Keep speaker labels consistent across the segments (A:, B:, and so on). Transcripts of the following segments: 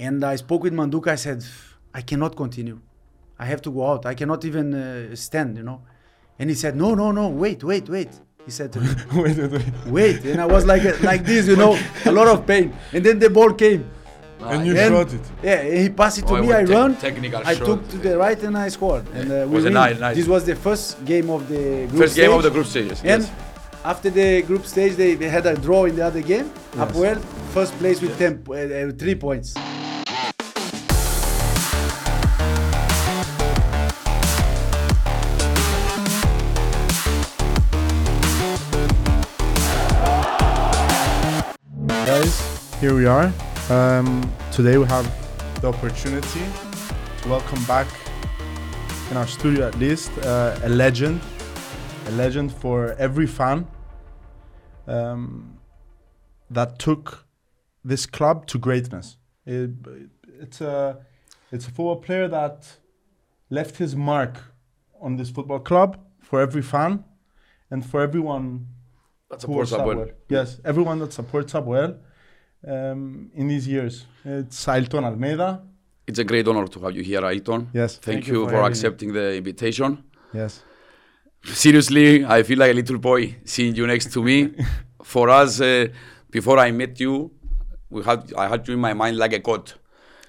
A: And I spoke with Manduka. I said, I cannot continue. I have to go out. I cannot even uh, stand, you know. And he said, No, no, no, wait, wait, wait. He said to me,
B: wait, wait, wait.
A: Wait. And I was like, uh, like this, you know, a lot of pain. And then the ball came.
B: And you
A: Then-
B: shot it.
A: Yeah, and he passed it to
C: Oh, it
A: me.
C: was
A: I
C: te-
A: run.
C: technical
A: I
C: shot.
A: took to the right and I scored. And uh, we
C: was a
A: win.
C: nice- nice-
A: This was the first game of the group
C: First game of
A: stage.
C: the group stages.
A: And
C: yes.
A: after the group stage, they, they had a draw in the other game. Apoel, first place with 10, po- uh, uh, 3 points.
B: Guys, here we are. Um, today we have the opportunity to welcome back in our studio, at least, uh, a legend, a legend for every fan um, that took this club to greatness. It, it's a it's a football player that left his mark on this football club for every fan and for everyone
C: That's a
B: who
C: poor
B: are
C: sub
B: Subwell. Yes, everyone that supports Subwell um, in these years. It's Ailton Almeida.
C: It's a great honor to have you here, Ailton.
B: Yes.
C: Thank,
A: Thank you
C: you,
A: for
C: for
A: having me.
C: accepting the invitation.
B: Yes.
C: Seriously, I feel like a little boy seeing you next to me. for us, uh, before I met you, we had I had you in my mind like a god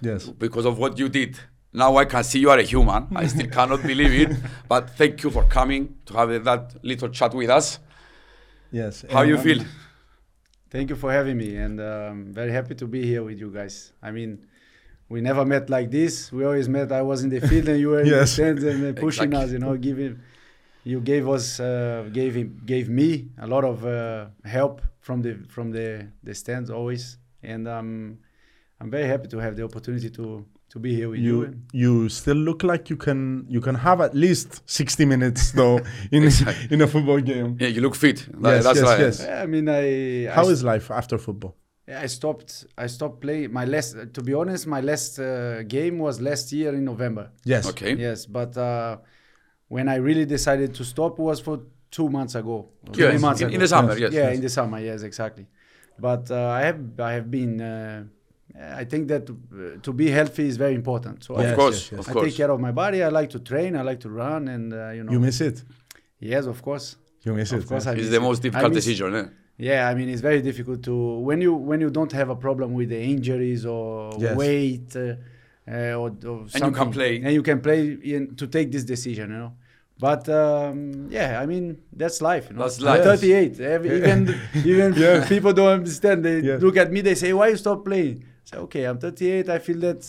B: Yes.
C: because of what you did. Now I can see you are a human. I still cannot believe it, but thank you for coming to have that little chat with us.
B: Yes.
C: How
B: And,
C: you
B: um,
C: feel?
A: Thank you for having me, and um, very happy to be here with you guys. I mean, we never met like this. We always met. I was in the field and you were in the
B: Yes.
A: stands and uh, pushing
C: Exactly.
A: us. You know, giving you gave us uh, gave him gave me a lot of uh, help from the from the the stands always, and um, I'm very happy to have the opportunity to to be here with you.
B: You you still look like you can you can have at least sixty minutes though in in a football game.
C: Yeah, you look fit. That-
B: Yes,
C: that's
B: yes,
C: right.
B: yes.
A: Yeah, I mean, I I
B: How is life after football?
A: Yeah, I stopped. I stopped playing. My last, to be honest, my last uh, game was last year in November.
B: Yes.
C: Okay.
A: Yes, but uh, when I really decided to stop was for two months ago.
C: Yes,
A: Three months
C: in-
A: ago.
C: in the summer, yes,
A: Yeah,
B: yes.
A: in the summer. Yes, exactly. But uh, I have I have been. Uh, I think that uh, to be healthy is very important. So
C: Of
A: I,
B: Yes,
C: course,
B: yes, yes.
C: of
A: I
C: course.
A: take care of my body. I like to train. I like to run, and uh, you know.
B: You miss it.
A: yes, of course.
B: You miss
A: Of
B: it.
A: course I
B: yes.
C: It's
A: miss
C: the
A: it.
C: most
A: I
C: difficult
A: miss-
C: decision. Eh?
A: Yeah, I mean it's very difficult to when you when you don't have a problem with the injuries or
B: Yes.
A: weight uh, uh, or, or something,
C: play.
A: and you can play in, to take this decision, you know. But um, yeah, I mean that's life. You know?
C: That's
A: I'm
C: life.
A: 38. Every, even even
B: Yeah.
A: people don't understand. They
B: Yeah.
A: look at me. They say, "Why you stop playing?" I say, "Okay, I'm 38. I feel that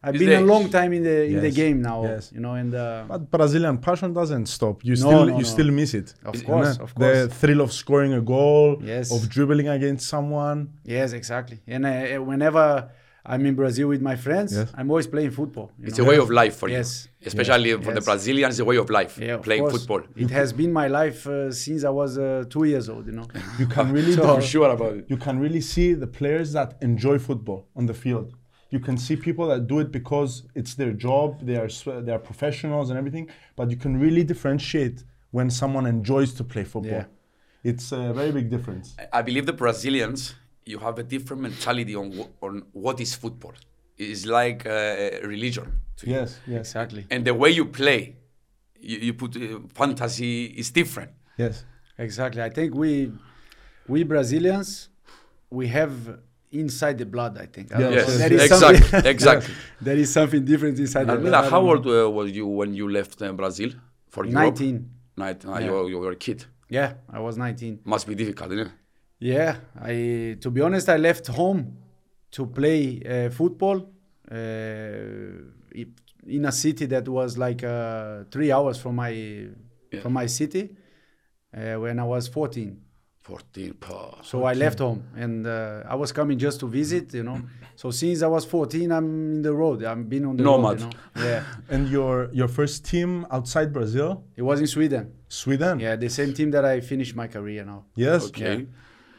A: I've
C: It's
A: been
C: the
A: a long
C: age.
A: time in the in the
B: Yes.
A: game now.
B: Yes.
A: You know, and uh,
B: But Brazilian passion doesn't stop. You
A: No,
B: still
A: no,
B: you
A: no.
B: still miss it.
A: of
B: You
A: course,
B: know?
A: of course,
B: The thrill of scoring a goal,
A: Yes.
B: of dribbling against someone.
A: Yes, exactly. And I, I- whenever I'm in Brazil with my friends,
B: Yes.
A: I'm always playing football. you
C: It's
A: know?
C: a way of life for
A: Yes.
C: you, especially for the
A: Yes.
C: Brazilians. It's a way of life
A: Yeah, of
C: playing
A: course.
C: football.
A: It has been my life uh, since I was uh, two years old. You know.
B: You can really
A: So-
B: develop-
A: I'm
C: sure about it.
B: you can really see the players that enjoy football on the field. You can see people that do it because it's their job, they are swe- they are professionals and everything. But you can really differentiate when someone enjoys to play football. It's a very big difference.
C: I believe the Brazilians, you have a different mentality on wh- on what is football. It's like uh, a religion. To you.
B: Yes, yes,
A: exactly.
C: And the way you play, you, you put uh, fantasy is different.
B: yes,
A: Exactly. I think we we Brazilians we have inside the blood. I think. I
B: Yeah,
A: don't
B: Yes,
A: know.
B: yes,
A: There
B: yes.
A: is
C: exactly,
A: something-
C: exactly.
A: there is something different inside the blood.
C: Almila,
A: I
C: how
A: don't
C: old uh, was you when you left uh, Brazil for
A: know.
C: Europe?
A: Nineteen.
C: Nineteen. Ah,
A: Yeah.
C: you, were- you were a kid.
A: Yeah, I was nineteen.
C: Must be difficult, isn't it?
A: Yeah, I to be honest, I left home to play uh, football uh, i- in a city that was like uh, three hours from my from my city uh, when I was 14.
C: 14. pah.
A: So I left home and uh, I was coming just to visit, you know. So since I was 14, I'm in the road. I've been on the
C: Nomad.
A: road. You know? Yeah,
B: and your your first team outside Brazil,
A: it was in Sweden.
B: Sweden.
A: Yeah, the same team that I finished my career now.
B: Yes.
C: Okay.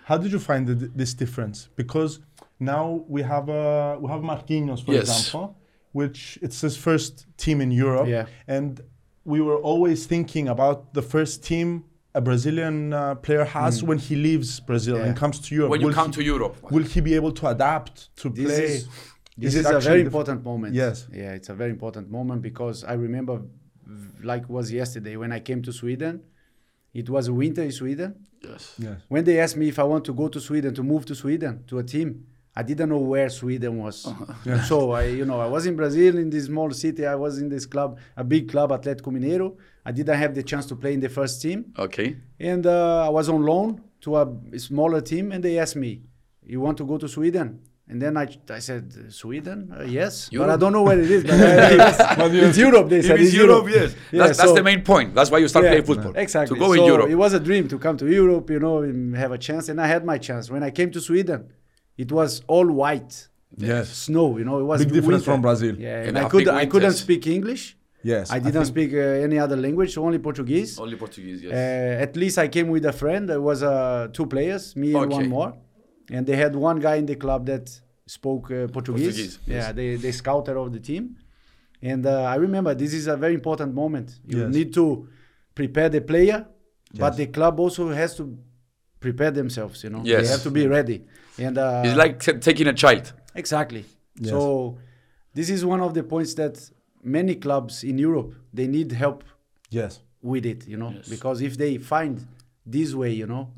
B: How did you find the, this difference? Because now we have uh, we have Marquinhos, for
C: Yes.
B: example, which it's his first team in Europe,
A: Yeah.
B: and we were always thinking about the first team a Brazilian uh, player has when he leaves Brazil
A: Mm. Yeah.
B: and comes to Europe.
C: When you
B: Will
C: come
B: he-
C: to Europe,
B: will he be able to adapt to
A: This
B: play?
A: is This
B: It's
A: is a very
B: actually the-
A: important moment.
B: Yes.
A: Yeah, it's a very important moment because I remember, v- like was yesterday when I came to Sweden. It was winter in Sweden.
C: Yes.
B: Yes.
A: When they asked me if I want to go to Sweden to move to Sweden to a team, I didn't know where Sweden was. So I, you know, I was in Brazil in this small city. I was in this club, a big club, Atlético Mineiro. I didn't have the chance to play in the first team,
C: Okay.
A: and uh, I was on loan to a smaller team. And they asked me, "You want to go to Sweden?" And then I, I said, "Sweden? Uh, yes, but I
C: Europe.
A: don't know where it is. But, uh,
B: But you-
A: it's Europe." They
C: If
A: said,
C: it's Europe, yes.
A: Yeah,
C: that's, that's
A: so-
C: the main point. That's why you start
A: yeah,
C: playing football.
A: Exactly.
C: To go
A: so
C: in Europe.
A: It was a dream to come to Europe, you know, and have a chance. And I had my chance. When I came to Sweden, it was all white
B: Yes.
A: snow, you know, it was
B: Big difference
A: winter.
B: from Brazil.
A: Yeah,
C: And
A: and,
C: our
A: I, could,
C: big
A: I couldn't
C: winters.
A: speak English.
B: Yes.
A: I didn't speak uh, any other language, only Portuguese.
C: Only Portuguese, yes.
A: Uh, at least I came with a friend. There was uh, two players, me and
C: Okay.
A: one more, and they had one guy in the club that spoke uh, Portuguese.
C: Portuguese, yes.
A: Yeah, they they scouted of the team, and uh, I remember this is a very important moment. You
B: Yes.
A: need to prepare the player, but the club also has to prepare themselves. You know,
C: Yes.
A: they have to be ready. And uh,
C: it's like t- taking a child.
A: Exactly.
B: Yes.
A: So this is one of the points that many clubs in Europe they need help
B: Yes. Mm-hmm.
A: with it, you know, because if they find this way, you know,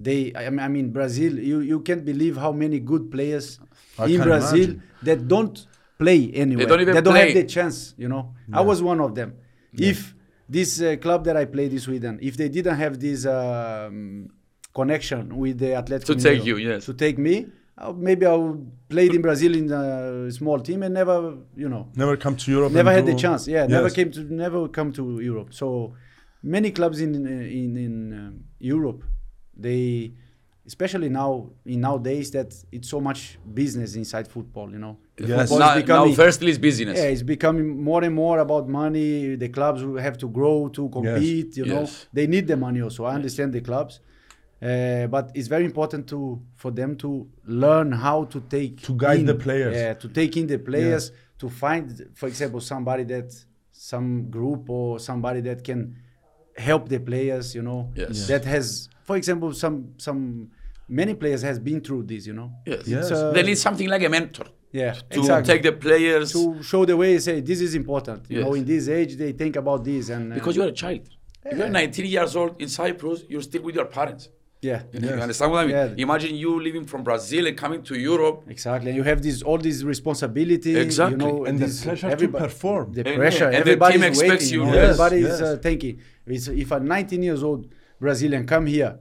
A: they. I mean- I mean, Brazil. You you can't believe how many good players
B: I
A: in
B: can
A: Brazil
B: imagine.
A: that don't play anywhere.
C: don't even
A: have
C: play.
A: the chance, you know. I was one of them. If this uh, club that I played in Sweden, if they didn't have this um, connection with the Atletico
C: To take
A: Mineiro,
C: you, yes.
A: to take me. uh, Maybe I would played in Brazil in a small team and never, you know,
B: Never come to Europe.
A: never
B: and
A: had the
B: do-
A: chance. Yeah, never
B: Yes.
A: came to never come to Europe. So many clubs in in in um, Europe, they especially now in nowadays that it's so much business inside football. You know, The
B: Yes.
A: football is
C: Now, now
A: becoming-
C: firstly, it's business.
A: yeah, it's becoming more and more about money. The clubs will have to grow to compete. You know,
C: Yes.
A: they need the money also. I understand the clubs, uh, but it's very important to for them to learn how to take
B: To guide
A: in-
B: the players.
A: Yeah, to take in the players to find, for example, somebody that some group or somebody that can help the players. You know,
C: Yes.
A: that has, for example, some some many players has been through this. You know,
C: Yes.
B: Yes.
A: uh,
C: they need something like a mentor
A: yeah,
C: to
A: exactly
C: take the players
A: to show the way say this is important you know
C: Yes.
A: in this age they think about this and uh,
C: because you're a child. If you're 19 years old in Cyprus, you're still with your parents.
A: yeah
C: You know, You understand what I mean?
A: Yeah.
C: Imagine you living from Brazil and coming to Europe.
A: exactly and you have this all this responsibility
C: Exactly.
A: you know
B: And the
A: this-
B: pressure to
A: everybody-
B: perform.
A: the
C: And-
A: pressure
C: and the team
A: everybody's
C: expects
A: waiting,
C: you.
A: know,
B: Yes,
A: everybody's
B: yes.
A: Uh, thinking it's, if a 19 years old Brazilian come here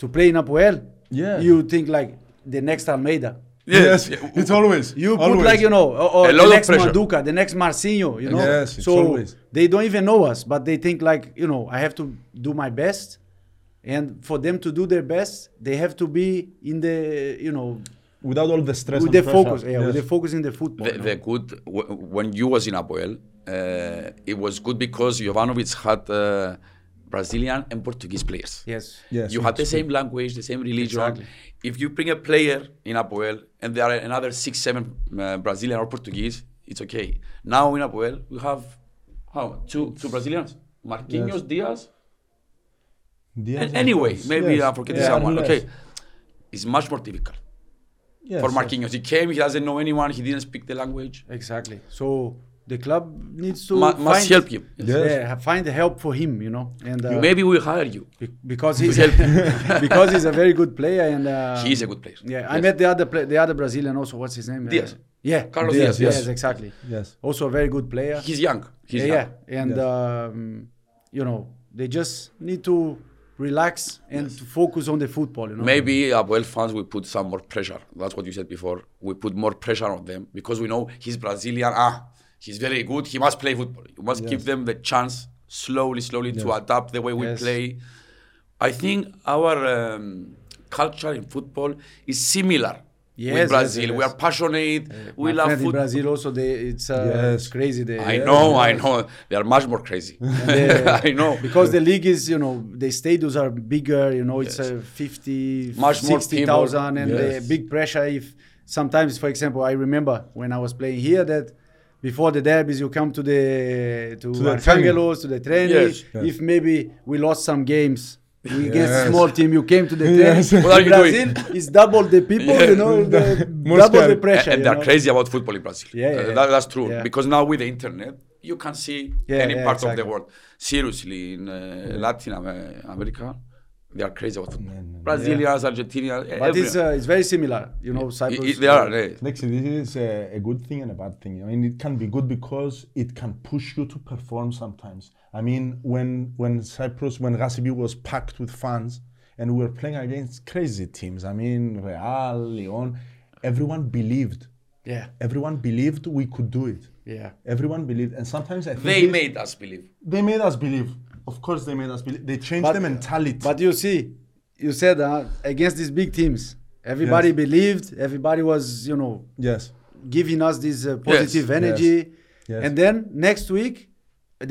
A: to play in Apoel
B: Yeah.
A: you think like the next Almeida
B: Yes.
C: Yeah.
B: It's always.
A: you put
B: always.
A: like you know or, or
C: A
A: the
C: lot of
A: next
C: pressure.
A: Manduka the next Marcinho you know
B: Yes, it's
A: so
B: always.
A: they don't even know us but they think like you know I have to do my best and for them to do their best they have to be in the you know
B: without all the stress.
A: with
B: and
A: the
B: pressure.
A: focus yeah with the focus in the football
C: The,
A: you know.
C: the good w- when you was in Apoel, uh, it was good because Jovanovic had uh, Brazilian and Portuguese players.
A: yes
B: Yes,
C: you have the same language, the same religion.
A: Exactly.
C: If you bring a player in Apoel and there are another six, seven uh, Brazilian or Portuguese, it's okay. Now in Apoel, we have how two two Brazilians, Marquinhos, Diaz,
B: Diaz
C: and anyway,
B: Diaz.
C: maybe
B: Yes.
C: I'm forgetting
B: Yeah,
C: someone.
B: yes.
C: Okay, it's much more difficult
B: Yes,
C: for
B: yes.
C: Marquinhos. He came, he doesn't know anyone, he didn't speak the language.
A: exactly so the club needs to
C: Mu-
A: find,
C: must help him.
B: Yes.
A: yeah ha- find help for him you know and uh,
C: Maybe we hire you.
A: be- because he's because he's a very good player and uh,
C: He is a good player.
A: Yeah, I
C: Yes.
A: met the other pla the other Brazilian also. What's his name? Uh,
C: Diaz.
A: yeah,
C: Carlos
B: Diaz,
A: Yes,
B: yes.
A: exactly.
B: Yes.
A: Also a very good player.
C: He's young. He's
A: yeah,
C: young.
A: yeah, and
B: Yes.
A: um, you know they just need to relax and to focus on the football. You know.
C: Maybe Abuel fans will put some more pressure. That's what you said before. We put more pressure on them because we know he's Brazilian. Ah, he's very good. He must play football. You must give them the chance slowly, slowly to adapt the way we
A: Yes.
C: play. I think our um, culture in football is similar
A: Yes,
C: with
A: yes,
C: Brazil. We
A: yes. Eh,
C: are passionate.
A: My
C: we love
A: friend in
C: football.
A: Brazil also. They, it's uh,
B: Yes.
A: it's crazy. They,
C: I know, I know. They are much more crazy.
A: They-
C: I know.
A: because the league is you know the stadiums are bigger. You know it's uh, fifty,
C: Much more people.
A: 60,000 and
B: Yes.
A: the big pressure. If sometimes, for example, I remember when I was playing here that. Before the derbies, you come to the to,
B: the
A: Archangelos, to the training.
C: Yes.
A: If maybe we lost some games, against a small team. You came to the
B: Yes.
A: train.
C: What are you
A: Brazil
C: doing?
A: is double the people, you know, the,
B: More
A: double the
B: scary.
A: pressure.
C: and
A: you
C: they're
A: know?
C: crazy about football in Brazil.
A: Yeah, yeah,
C: Uh,
A: yeah.
C: that- that's true.
A: Yeah.
C: Because now with the internet, you can see
A: Yeah,
C: any
A: yeah,
C: part of the
A: exactly.
C: world. Seriously, in uh, Latin Am- America, they are crazy about football. Brazilians, Argentinians,
A: But it's,
C: everyone.
A: uh, it's very similar, you know,
C: I-
A: Cyprus.
C: I- they are. eh.
B: Next, this is a, a good thing and a bad thing. I mean, it can be good because it can push you to perform sometimes. I mean, when when Cyprus, when Gasibi was packed with fans and we were playing against crazy teams, I mean, Real, Lyon, everyone believed.
A: Yeah,
B: Everyone believed we could do it.
A: yeah.
B: Everyone believed. And sometimes I think
C: They
B: this-
C: made us believe.
B: they made us believe. Of course, they made us believe. They changed
A: But-
B: the mentality.
A: But you see, you said uh, against these big teams, everybody
B: Yes.
A: believed, everybody was, you know,
B: yes.
A: giving us this uh, positive
C: Yes.
A: energy.
B: Yes.
A: And then next week,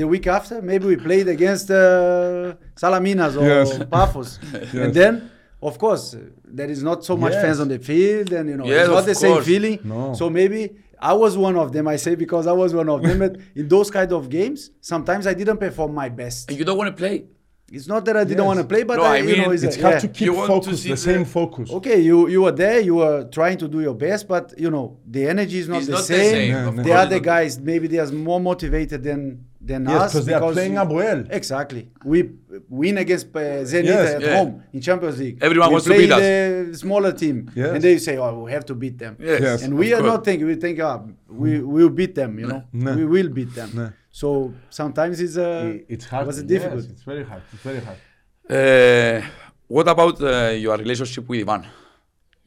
A: the week after, maybe we played against uh, Salaminas or
B: Yes.
A: Paphos. And then, of course, there is not so much
B: Yes.
A: fans on the field, and you know,
C: Yes,
A: it's not
C: of
A: the
C: course.
A: same feeling.
B: No.
A: So maybe I was one of them. I say because I was one of them. but in those kind of games, sometimes I didn't perform my best.
C: And you don't want to play.
A: It's not that I didn't
B: Yes.
A: want to play, but
C: No,
A: I,
C: I
A: you know,
C: mean,
A: it's,
B: It's
A: a-
B: hard
A: yeah.
B: to keep
C: You want to
B: focus,
C: see
B: the
C: the-
B: same focus.
A: Okay, you you were there, you were trying to do your best, but you know the energy is not,
C: It's
A: the,
C: not the
A: same.
C: same,
B: No, of no.
A: The
C: course
A: other
C: it's not the
A: guys, maybe they are more motivated than than
B: Yes,
A: us
B: 'cause they are playing up well.
A: Exactly, we win against uh, Zenit
B: Yes.
A: at
C: Yeah.
A: home in Champions League.
C: Everyone
A: we
C: wants to
A: play
C: beat us.
A: the smaller team,
B: Yes.
A: and they say, "Oh, we have to beat them."
C: Yes.
B: Yes.
A: And we
C: of
A: are
C: course.
A: not thinking. We think, "Ah, we will beat them." You know,
B: No.
A: we will beat them.
B: No.
A: So sometimes it's uh,
B: I- It's hard.
A: Was it
B: Yes,
A: difficult?
B: it's very hard. It's very hard.
C: Uh, what about uh, your relationship with Ivan,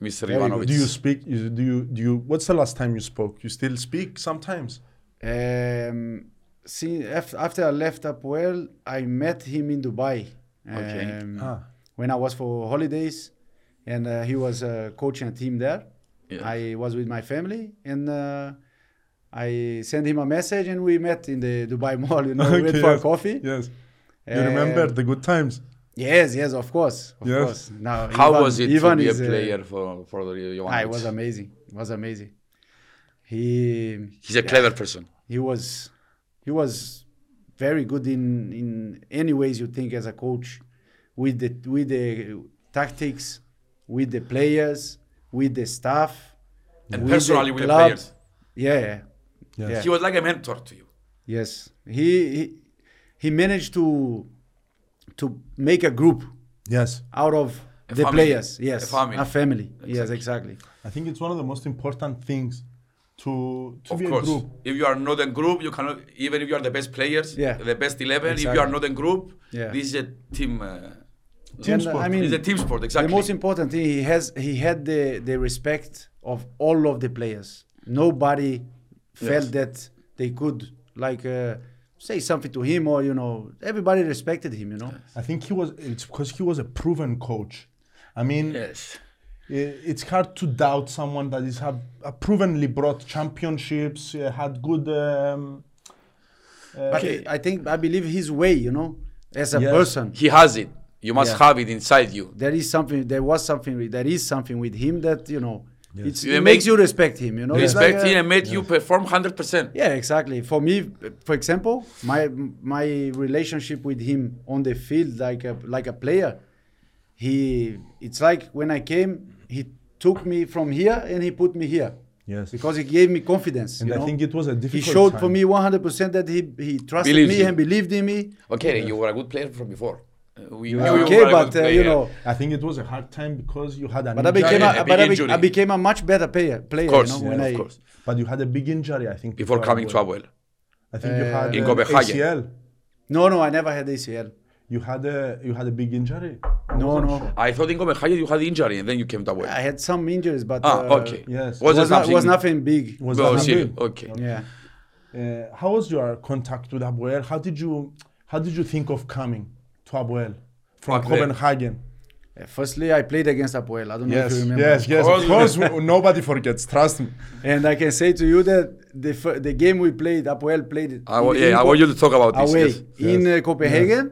C: Mr.
A: good.
C: Ivanovic?
B: Do you speak? Is, do you do you? What's the last time you spoke? You still speak sometimes.
A: Um, see, af- after I left Upwell, I met him in Dubai.
C: Okay.
A: um,
B: Ah.
A: When I was for holidays, and uh, he was uh, coaching a team there.
C: Yeah.
A: I was with my family, and uh, I sent him a message, and we met in the Dubai Mall. You know, we went for
B: yes.
A: a coffee.
B: Yes. You remember
A: Um,
B: the good times?
A: Yes, yes, of course, of
B: Yes.
A: course. Now,
C: How
A: Ivan-
C: was it
A: Ivan
C: to be a
A: is, uh,
C: player for, for the Ivanovic?
A: ah, it was amazing. It was amazing. He
C: He's a clever person.
A: he was he was very good in in any ways you think as a coach with the with the tactics with the players with the staff
C: And
A: with
C: personally with the
A: club.
C: players.
A: yeah yeah.
B: Yes.
A: Yeah.
C: He was like a mentor to you.
A: yes he, he he managed to to make a group
B: Yes.
A: out of
C: A
A: the
C: family.
A: players yes
C: A family.
A: yes exactly
B: I think it's one of the most important things to to
C: Of
B: be
C: course.
B: a group.
C: If you are not in group, you cannot. Even if you are the best players,
A: Yeah.
C: the best eleven. If you are
A: Exactly.
C: not in group,
A: Yeah.
C: this is a team. Uh,
B: Team
A: And,
B: sport.
A: I mean,
C: it's a team sport. Exactly.
A: The most important thing he has he had the the respect of all of the players. Nobody felt that they could like uh, say something to him or you know everybody respected him. You know.
B: I think he was. It's because he was a proven coach. I mean,
C: yes.
B: i- it's hard to doubt someone that is have uh, provenly brought championships, uh, had good. Um, uh,
A: But I think I believe his way. You know, as a
B: Yes.
A: person,
C: He has it. You must
A: Yeah.
C: have it inside you.
A: there is something. There was something. with- There is something with him that you know. It's,
C: You
A: it
C: make-
A: makes you respect him. You know. It's
C: Respect
A: like uh, a-
C: him and made you perform hundred percent.
A: Yeah, exactly. For me, for example, my my relationship with him on the field, like a like a player, he it's like when I came, he took me from here and he put me here
B: yes.
A: because he gave me confidence.
B: and
A: you
B: I
A: know?
B: think it was a
A: he
B: difficult.
A: showed for
B: time.
A: me 100% that he he trusted
C: Believes
A: me
C: you.
A: and believed in me.
C: Okay, you were a good player from before. Uh, we knew you
A: okay,
C: were a
A: but
C: good
A: uh,
C: player.
A: you know,
B: I think it was a hard time because you had an
A: but I
B: injury.
A: became
C: yeah,
A: a,
C: a big
A: but I, be,
C: injury.
A: I became a much better player player.
C: of course,
A: you know, when
C: of
A: I,
C: course.
B: but you had a big injury, I think.
C: Before coming to Abuel,
B: I think you had uh,
C: in
B: an
C: Copenhagen.
B: ACL.
A: No, no, I never had ACL.
B: You had a you had a big injury. I
C: Ah,
A: No,
B: wasn't
A: no.
B: sure.
C: I thought in Copenhagen you had injury and then you came to Abuel.
A: I had some injuries, but
C: ah,
A: uh,
C: okay.
B: yes.
C: Was,
A: Was,
C: it
A: not,
C: something?
A: was nothing big.
B: Was
C: Oh,
B: that
C: serious.
B: big?
C: Okay.
A: yeah.
B: Uh, how was your contact with Abuel? How did you how did you think of coming to Abuel from
C: Back then.
B: Copenhagen?
A: Uh, Firstly, I played against Apoel. I don't know if you remember.
B: yes, yes.
C: Of
B: Of course, nobody forgets. Trust me.
A: And I can say to you that the fir- the game we played, Apoel played.
C: I, wa-
A: in- in
C: yeah, I
A: Co-
C: want you to talk about this.
A: away
C: yes.
A: in
B: Yes.
A: uh, Copenhagen.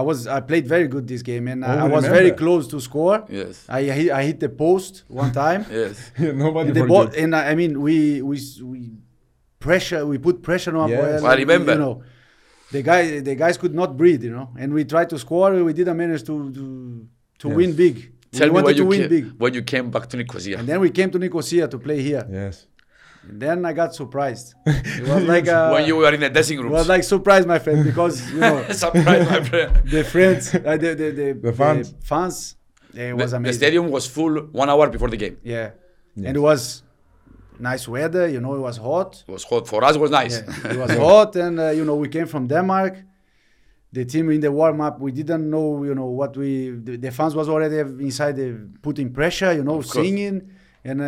A: I was I played very good this game, and I,
B: Oh,
A: I was
B: remember.
A: very close to score.
C: Yes.
A: I hit, I hit the post one time.
C: Yes.
B: nobody
A: The
B: forgets.
A: ball, and I, I mean we we s- we pressure we put pressure on
B: Yes.
A: Apoel.
C: I remember.
A: You know, the guy the guys could not breathe, you know. And we tried to score, we didn't manage to to, to
B: Yes.
A: win big.
C: Tell
A: we
C: me
A: wanted
C: when
A: to
C: you,
A: win
C: came,
A: big.
C: when you came back to Nicosia.
A: And then we came to Nicosia to play here.
B: Yes.
A: And then I got surprised. It was like uh,
C: when you were in the dressing
A: it
C: room.
A: was like surprise, my friend, because you know
C: Surprise, my friend.
A: the friends, uh, the, the, the,
B: The fans.
A: fans, eh, it was
C: The, the
A: amazing.
C: stadium was full one hour before the game.
A: Yeah.
B: Yes.
A: And it was nice weather, you know, it was hot.
C: It was hot. For us, it was nice.
A: Yeah, it was hot, and uh, you know we came from Denmark. The team in the warm up, we didn't know, you know, what we the, the fans was already inside, the, putting pressure, you know,
C: Of course.
A: singing, and uh,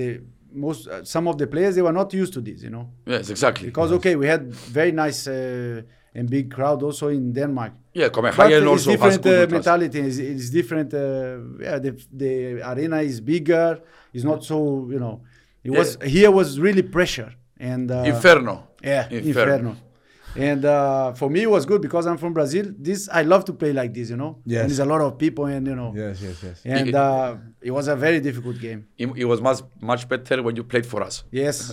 A: the most uh, some of the players they were not used to this, you know,
C: yes, exactly.
A: because okay, we had very nice uh, and big crowd also in Denmark.
C: yeah,
A: But
C: Copenhagen
A: it's
C: also has
A: different
C: good
A: uh,
C: with us.
A: mentality. It's, it's different. Uh, yeah, the, the arena is bigger. It's not so you know. It was here was really pressure and uh,
C: Inferno.
A: yeah, Inferno. And uh, for me, it was good because I'm from Brazil. This I love to play like this, you know.
B: Yes.
A: And there's a lot of people, and you know.
B: Yes, yes, yes.
A: And uh, it was a very difficult game.
C: It, it was much, much better when you played for us.
A: Yes.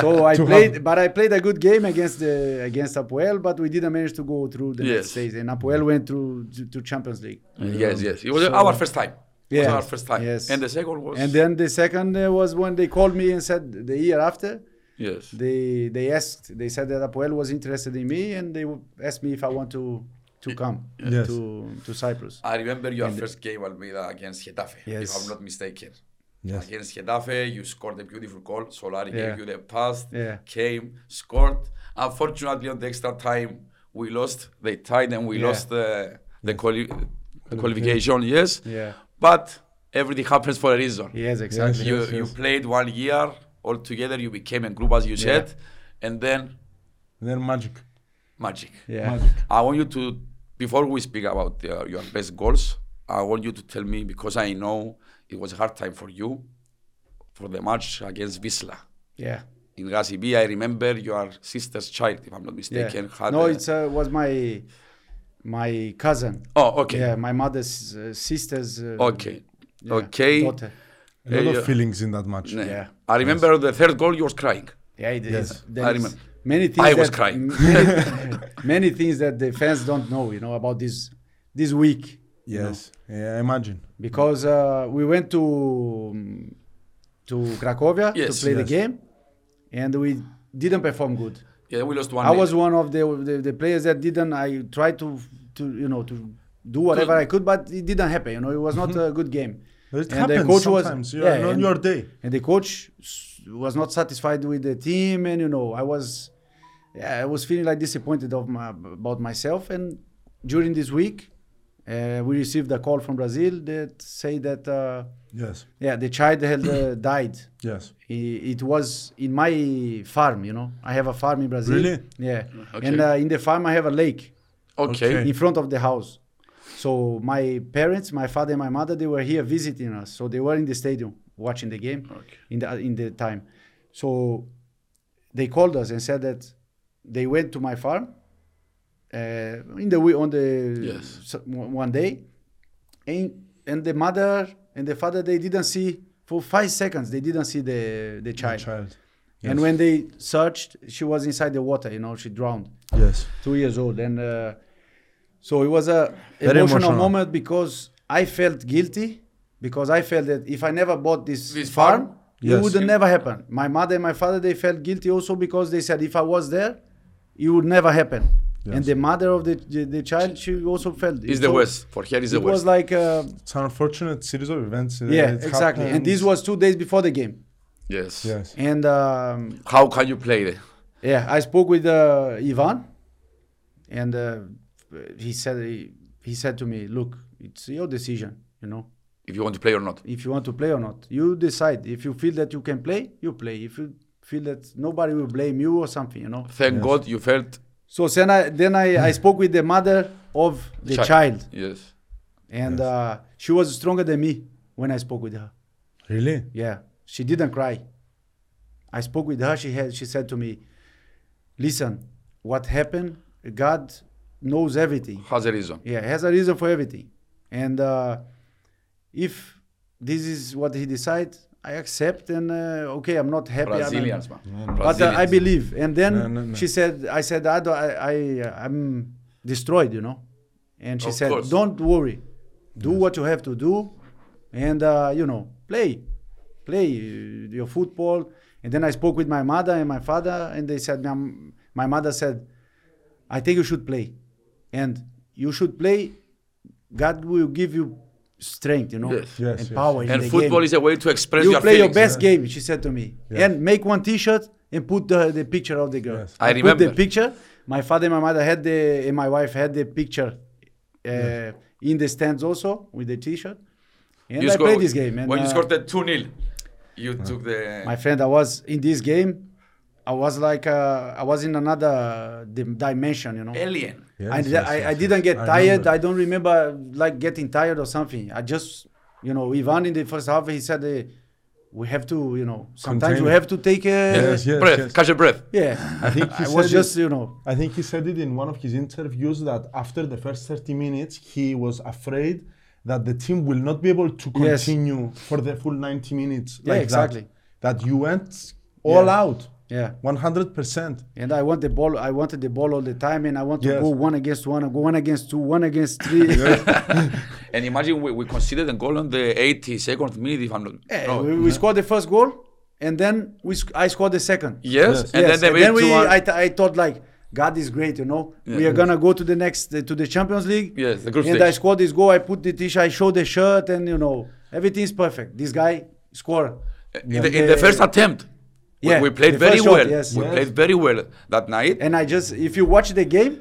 A: so I
B: To have-
A: played, but I played a good game against the against Apoel, but we didn't manage to go through the
C: Yes.
A: next stage. And Apoel went through to, to Champions League.
C: Yes, yes. It was
A: So-
C: our first time. It was
A: Yeah.
C: our first time.
A: Yes.
C: And the second was.
A: And then the second uh, was when they called me and said the year after
C: yes.
A: they they asked they said that Apoel was interested in me and they w- asked me if I want to to come
B: Yes.
A: to to Cyprus.
C: I remember your first game, Almeida, against Getafe,
A: Yes.
C: if I'm not mistaken.
B: Yes.
C: Against Getafe, you scored a beautiful goal. Solari
A: Yeah.
C: gave you the pass,
A: Yeah.
C: came, scored. Unfortunately, on the extra time, we lost. They tied and we
A: Yeah.
C: lost the, the, quali- the qualification, yes.
A: Yeah.
C: But everything happens for a reason.
A: Yes, exactly.
C: You,
B: Yes,
C: you
B: yes.
C: played one year all together, you became a group, as you said, and then
B: And then magic.
C: magic.
A: Yeah.
B: Magic.
C: I want you to, before we speak about uh, your best goals, I want you to tell me because I know it was a hard time for you for the match against Visla.
A: Yeah.
C: In Gazi B, I remember your sister's child, if I'm not
A: Yeah.
C: mistaken. Had
A: no,
C: a-
A: it's uh, was my my cousin.
C: Oh, okay.
A: Yeah, my mother's uh, sister's uh,
C: Okay.
A: yeah,
C: okay.
A: daughter.
B: A lot
C: Yeah, yeah.
B: of feelings in that match.
C: uh, Yeah.
A: Yeah.
C: I remember the third goal, you was crying.
A: Yeah, it is.
B: Yes.
A: there
C: I
A: is
C: remember.
A: Many things
C: I was
A: that-
C: crying.
A: Many, many things that the fans don't know, you know, about this this week. you know.
B: Yes. Yeah, imagine.
A: because uh, we went to um, to Cracovia
C: Yes.
A: to play
B: Yes.
A: the game, and we didn't perform good.
C: Yeah, we lost one.
A: I was one of the, the the players that didn't. I tried to to you know to do whatever I could, but it didn't happen. You know, it was not
C: Mm-hmm.
A: a good game.
B: But it
A: And the
B: happens
A: coach was-
B: sometimes.
A: yeah,
B: You're on
A: and-
B: your day.
A: And the coach s- was not satisfied with the team, and you know, I was, yeah, I was feeling like disappointed of my, about myself. And during this week, uh, we received a call from Brazil that say that uh,
B: Yes.
A: yeah, the child had uh, died.
B: Yes.
A: I- It was in my farm, you know. I have a farm in Brazil.
B: Really?
A: Yeah.
C: Okay.
A: And uh, in the farm, I have a lake
C: Okay.
B: Okay.
A: in front of the house. So my parents, my father and my mother, they were here visiting us. So they were in the stadium watching the game
C: Okay.
A: in the in the time. So they called us and said that they went to my farm uh, in the wee- on the
C: Yes.
A: s- one one day, and and the mother and the father they didn't see for five seconds. They didn't see the the child.
B: Child.
A: And when they searched, she was inside the water. You know, she drowned
B: Yes.
A: two years old and uh, so it was a
B: Very
A: emotional,
B: emotional.
A: moment because i felt guilty because i felt that if i never bought this,
C: This
A: farm,
C: farm?
B: Yes.
A: it would
B: You-
A: not never happen my mother and my father they felt guilty also because they said if i was there it would never happen
B: Yes.
A: and the mother of the, the, the child she also felt
C: It's the
A: So
C: worst. For here is
A: it
C: the worst.
A: was like uh,
B: It's an unfortunate series of events. uh,
A: yeah
B: it
A: exactly and this
B: happens.
A: was two days before the game
C: yes.
B: Yes.
A: and um,
C: How can you play there?
A: Yeah, I spoke with uh, Ivan, and uh, he said he, he said to me, "Look, it's your decision. You know,
C: If you want to play or not?
A: if you want to play or not, you decide. If you feel that you can play, you play. If you feel that nobody will blame you or something, you know."
C: Thank God you felt.
A: So then I then I, I spoke with the mother of the
C: Child.
A: child,
C: Yes.
A: and
B: Yes.
A: uh, she was stronger than me when I spoke with her.
B: Really?
A: Yeah, she didn't cry. I spoke with her. She had. She said to me, "Listen, what happened? God knows everything.
C: Has a reason.
A: Yeah, has a reason for everything. And uh, if this is what He decides, I accept and uh, okay, I'm not happy. and I'm-
C: Brazilians, man.
A: but uh, I
C: Brazilians.
A: believe. And then
B: No, no, no.
A: she said, I said, I, do, I, I, I'm destroyed, you know. And she
C: Of
A: said,
C: course.
A: don't worry, do what you have to do, and uh, you know, play, play uh, your football. And then I spoke with my mother and my father, and they said, my, my mother said, I think you should play, and you should play. God will give you strength, you know,
C: Yes.
B: Yes,
A: and
B: yes.
A: power. in
C: And
A: the
C: football
A: game
C: is a way to express
A: you
C: your
A: play your
C: feelings.
A: best game she said to me and make one t-shirt and put the, the picture of the girl
B: Yes.
A: I,
C: I remember.
A: put the picture my father and my mother had the and my wife had the picture uh, in the stands also with the t-shirt and i
C: score-
A: played this game and,
C: when you
A: uh,
C: scored the 2 0, you took the.
A: my friend i was in this game i was like uh, i was in another dim- dimension you know
C: alien.
B: Yes,
A: I,
B: yes,
A: I,
B: yes,
A: I
B: yes.
A: didn't get
B: I
A: tired.
B: remember.
A: I don't remember like getting tired or something. I just, you know, Ivan in the first half he said, eh, "We have to, you know, sometimes
B: Contain
A: we
B: it.
A: have to take a
B: Yes, yes,
C: breath,
B: yes.
C: catch a breath.
A: yeah."
B: I think he
A: I was
B: said it-
A: just, you know,
B: I think he said it in one of his interviews that after the first 30 minutes, he was afraid that the team will not be able to
A: Yes.
B: continue for the full 90 minutes.
A: Yeah,
B: like
A: exactly.
B: That, that you went all
A: Yeah.
B: out,
A: yeah.
B: 100%.
A: And I want the ball. I wanted the ball all the time, and I want to
B: Yes.
A: go one against one, go one against two, one against three. yeah,
C: And imagine we, we conceded a goal on the 82nd minute, if I'm not.
B: Oh,
C: no.
A: we, we scored the first goal, and then we sc- I scored the second.
C: Yes,
B: Yes.
C: and
A: yes.
C: then they
A: and
C: made
A: then we,
C: 2-1.
A: I, th- I thought like, God is great, you know. We are gonna go to the next uh, to the Champions League.
C: Yes, the group
A: And
C: stage.
A: I scored this goal. I put the t-shirt. I show the shirt, and you know everything's perfect. This guy scored.
C: in, the, in the first attempt, we-
A: Yeah,
C: we,
A: the
C: played very
A: first shot,
C: well.
A: yes.
C: We
A: Yes.
C: played very well that night.
A: And I just, if you watch the game,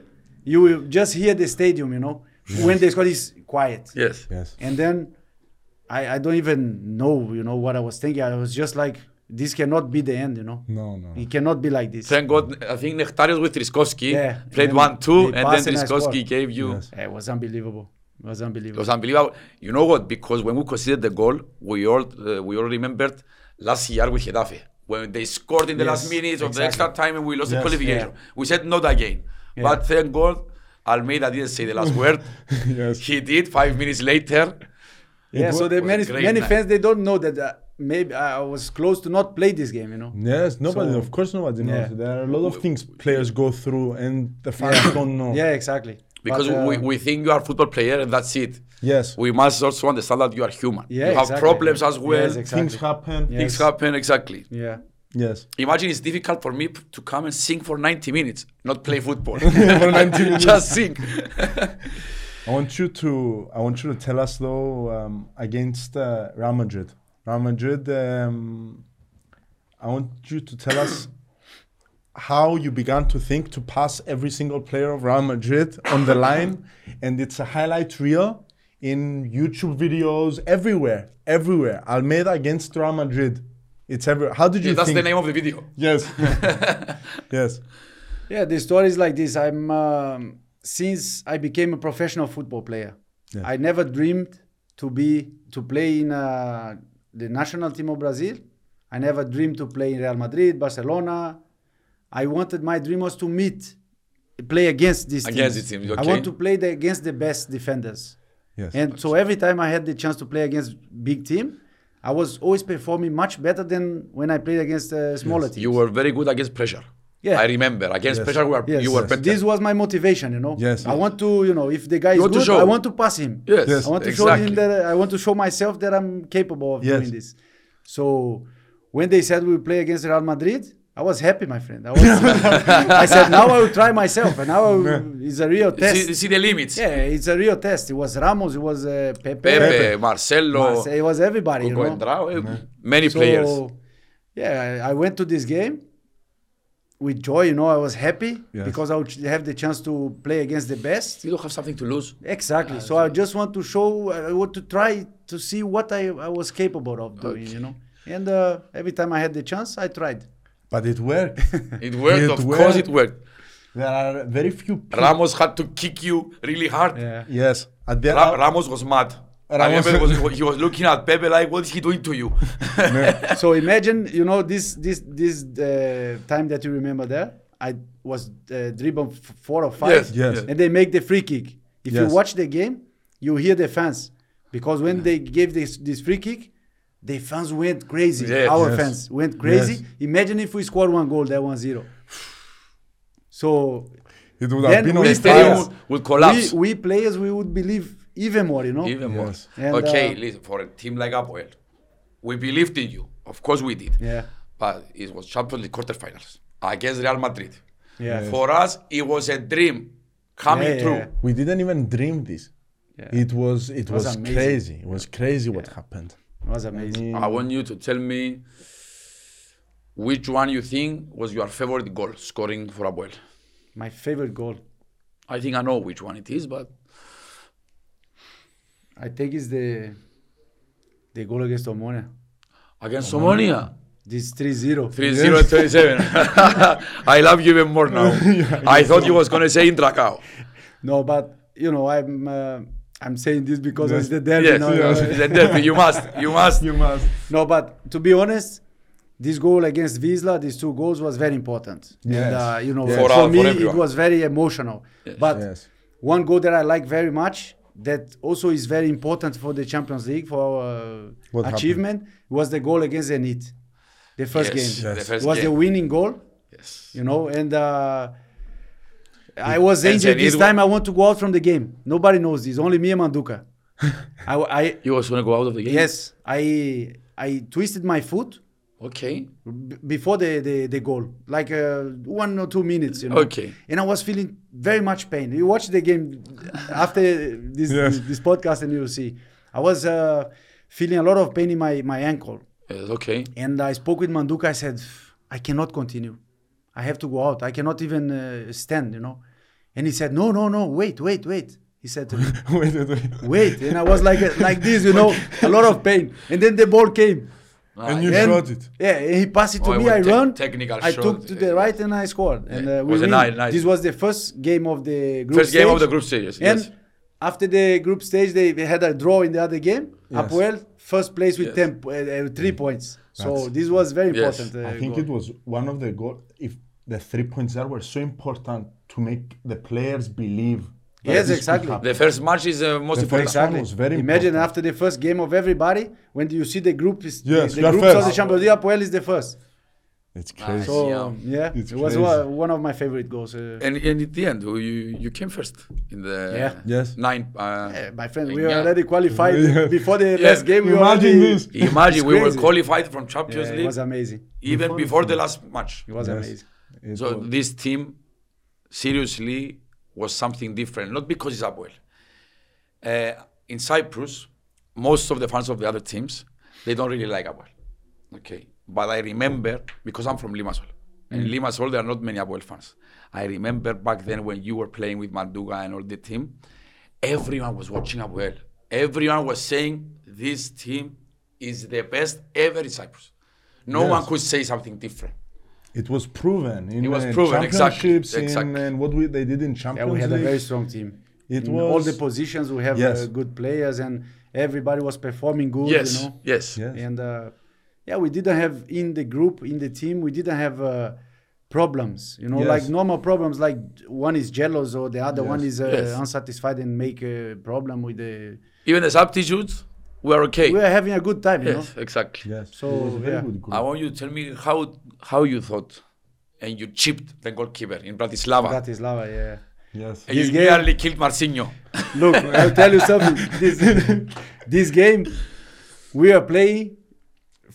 A: you will just hear the stadium. You know, when they score, it's quiet.
C: yes.
B: Yes.
A: And then I, I don't even know, you know, what I was thinking. I was just like, this cannot be the end, you know.
B: No, no.
A: It cannot be like this.
C: Mm. Thank God, I think Nechtarius with Triskowski
A: Yeah,
C: played
A: and
C: 1 2,
A: they
C: and then
A: passed and I
C: Triskowski
A: scored.
C: gave you.
B: Yes.
A: Eh, It was unbelievable. It was
C: It
A: unbelievable.
C: was unbelievable. You know what? Because when we conceded the goal, we all uh, we all remembered last year with Getafe when they scored in the last
A: Yes,
C: minutes of the
A: exactly.
C: extra time and we lost the
B: Yes,
C: qualification. We said not again. But thank God, Almeida didn't say the last word.
B: Yes.
C: He did five minutes later.
A: yeah, so the
C: was a
A: many
C: great
A: many
C: night.
A: fans they don't know that uh, maybe I was close to not play this game, you know.
B: Yes, nobody,
A: So-
B: of course, nobody knows.
A: Yeah.
B: There are a lot of things players go through and the fans don't know.
A: Yeah, exactly.
C: Because
A: But, uh,
C: we, we think you are a football player and that's it.
B: Yes.
C: We must also understand that you are human.
A: Yeah,
C: you have
A: exactly.
C: problems as well.
A: Yes, ex-
B: Things
A: Exactly.
B: happen.
A: Yeah.
C: Things
A: yes.
C: happen exactly.
A: yeah,
B: Yes.
C: Imagine it's difficult for me p- to come and sing for 90 minutes, not play football.
B: For 90 minutes.
C: Just sing.
B: I want you to I want you to tell us though um, against uh, Real Madrid. Real Madrid. Um, I want you to tell us how you began to think to pass every single player of Real Madrid on the line, and it's a highlight reel in YouTube videos everywhere, everywhere. Almeida against Real Madrid. It's everywhere. How did you
C: That's
B: think?
C: the name of the video.
B: Yes. yes.
A: yeah. The story is like this. I'm um, since I became a professional football player,
B: Yeah.
A: I never dreamed to be to play in uh, the national team of Brazil. I never dreamed to play in Real Madrid, Barcelona. I wanted my dream was to meet, play against these
C: Against
A: teams.
C: the teams,
A: I
C: okay.
A: want to play the, against the best defenders.
B: Yes.
A: And so every time I had the chance to play against big team, I was always performing much better than when I played against uh, smaller teams.
C: You were very good against pressure.
A: Yeah.
C: I remember. Against
B: Yes.
C: pressure, we are,
A: Yes.
C: you were
B: Yes.
C: better.
A: This was my motivation, you know.
B: Yes.
A: I want to, you know, if the guy is
C: want to
A: good,
C: show.
A: I want to pass him.
C: Yes,
B: Yes.
A: I want to show him
C: exactly.
A: that I want to show myself that I'm capable of
B: Yes.
A: doing this. So when they said we play against Real Madrid, I was happy, my friend. I, was, I said now I will try myself, and now I will, it's a real test.
C: see, see the limits.
A: yeah, it's a real test. It was Ramos, it was uh, Pepe,
C: Pepe, Oh.
B: Pepe.
C: Marcelo,
A: Marce- it was everybody. You
C: Hugo
A: know?
C: Endrao, eh, many players.
A: Yeah, I I went to this game with joy. You know, I was happy
B: Yes.
A: because I would ch- have the chance to play against the best.
C: You don't have something to lose.
A: Exactly. so I just want to show, I want to try to see what I, I was capable of doing, you know. And uh, every time I had the chance, I tried.
B: But it worked.
C: It worked,
B: It
C: of course it
B: worked.
C: worked.
B: there are very few. people-
C: Ramos had to kick you really hard.
B: Yes. At the
C: Ra- Ramos was mad.
B: Ramos-
C: I remember was, he was looking at Pepe like, what is he doing to you?
A: so imagine, you know, this this this uh, time that you remember there, I was uh, dribbling f- four or five,
C: Yes,
B: yes.
A: and they make the free kick. If you
B: Yes.
A: watch the game, you hear the fans because when they gave this this free kick, The fans went crazy.
C: Yes.
A: Our
B: Yes.
A: fans went crazy.
B: Yes.
A: Imagine if we scored one goal, that one zero. So
B: It would have
A: Then
B: been
A: we
B: on
C: The
A: Yes. Yes.
C: stadium
B: fire.
C: would, would collapse.
A: we, we players we would believe even more, you know.
C: Even
B: Yes.
C: more.
A: And,
C: okay,
A: uh,
C: listen, for a team like Apoel, we believed in you. Of course we did.
A: Yeah.
C: But it was Champions League quarterfinals against Real Madrid.
A: Yeah. Yes.
C: For us, it was a dream coming
A: Yeah, yeah,
C: true.
A: yeah.
B: We didn't even dream this. It was it,
A: was
B: was,
A: amazing.
B: crazy. It was crazy what happened.
A: It was amazing.
C: I want you to tell me which one you think was your favorite goal scoring for Abuel.
A: My favorite goal,
C: I think I know which one it is, but
A: I think, is the the goal against Omonia.
C: against
A: Oh,
C: Somalia.
A: This 3-0.
C: 3 0 27. I love you even more now. I thought you was going to say in Dracao.
A: No, but you know, I'm uh, I'm saying this because it's the derby.
C: Yes,
A: no,
C: yes.
A: no,
C: The derby, you must. You must.
B: must.
A: no, but to be honest, this goal against Vizla, these two goals was very important.
B: Yes.
A: And, uh, you know,
B: Yes.
A: for,
C: For all- for
A: me, it
C: everyone.
A: was very emotional. But
B: Yes.
A: one goal that I like very much, that also is very important for the Champions League for our
B: What happened?
A: achievement, was the goal against Zenit, the first
C: Yes,
A: game.
C: the first
A: was the
C: game.
A: winning goal.
C: Yes.
A: you know and uh, i was
C: And
A: injured this
C: Zenit wa-
A: time i want to go out from the game nobody knows this only me and manduka I, I
C: You was going to go out of the game?
A: yes i i twisted my foot
C: Okay.
A: b- before the, the, the goal like uh, one or two minutes you know
C: Okay.
A: and i was feeling very much pain you watch the game after this
B: Yes.
A: this podcast and you'll see i was uh, feeling a lot of pain in my, my ankle
C: Yes, okay.
A: and I spoke with Manduka. I said, I cannot continue. I have to go out. I cannot even uh, stand, you know. And he said, No, no, no, wait, wait, wait. He said to me,
B: wait, wait, wait.
A: Wait. And I was like, uh, like this, you know, a lot of pain. And then the ball came.
B: And you
A: And-
B: shot it.
A: Yeah, and he passed it to
C: Oh, it
A: me.
C: was
A: I
C: te-
A: run.
C: technical
A: I
C: shot,
A: took to
C: yeah,
A: the right and I scored. And
C: Yeah,
A: uh,
C: it
A: we
C: was a
A: win.
C: nice- nice-
A: This was the first game of the group
C: First
A: stage.
C: game of the group stage, yes,
A: And
C: yes.
A: after the group stage, they, they had a draw in the other game.
B: Yes.
A: Apoel first place with
C: Yes. Mm.
A: 10, po- uh, uh, three points. So
B: That's-
A: this was very
C: Yes.
A: important. Uh,
B: I think
A: goal.
B: it was one of the goal. If the three points there were so important to make the players believe. that
A: Yes,
B: this could
A: exactly.
B: happen.
C: The first match is the most
B: The
C: important.
B: first one was very
A: Imagine
B: important.
A: after the first game of everybody, when you see the group is
B: Yes,
A: the,
B: you
A: the
B: are
A: groups
B: first.
A: of the Champions League, Apoel is the first.
B: It's crazy.
C: So-
A: So yeah,
B: It's
A: it was
B: crazy.
A: one, one of my favorite goals. uh,
C: And, and at the end, you you came first in the
A: Yeah.
B: Yes.
C: nine. Uh,
A: uh, my friend, we
C: yeah.
A: were already qualified
B: Yeah.
A: before the
C: Yeah.
A: last game. We
B: Imagine
A: already,
B: this.
C: Imagine
A: It's
C: we were
A: crazy.
C: qualified from Champions
A: Yeah, it
C: League
A: was amazing.
C: even before the last match.
A: It was
B: Yes.
A: amazing.
B: It
C: So
B: was-
C: this team, seriously, was something different. Not because it's Apoel. Uh, in Cyprus, most of the fans of the other teams, they don't really like Apoel. Okay, but I remember because I'm from Limassol, and in Limassol there are not many Apoel fans. I remember back then when you were playing with Manduga and all the team, everyone was watching Apoel. Everyone was saying this team is the best ever in Cyprus. No one could say something different.
B: it was proven in
C: was
B: uh,
C: proven, exactly,
B: championships
C: exactly.
B: in and what we, they did in
A: Yeah,
B: Champions
A: we had a
B: League.
A: very strong team.
B: It
A: In all
B: was-
A: the positions. We have
B: Yes.
A: uh, good players, and everybody was performing good.
C: Yes,
A: you know.
C: yes.
B: Yes.
A: and uh, yeah we didn't have in the group in the team we didn't have uh, problems you know
B: Yes.
A: like normal problems like one is jealous or the other one
B: Yes.
A: is uh,
C: Yes.
A: unsatisfied and make a problem with the
C: Even the substitutes were okay.
A: we were having a good time you know
C: yes, exactly.
B: yes.
A: So,
B: it was a very
A: yeah.
B: good goal.
C: I want you to tell me how how you thought and you chipped the goalkeeper in Bratislava.
A: Bratislava yeah
B: yes.
C: and you
A: This game-
C: nearly killed Marcinho.
A: look I'll tell you something this this game we are playing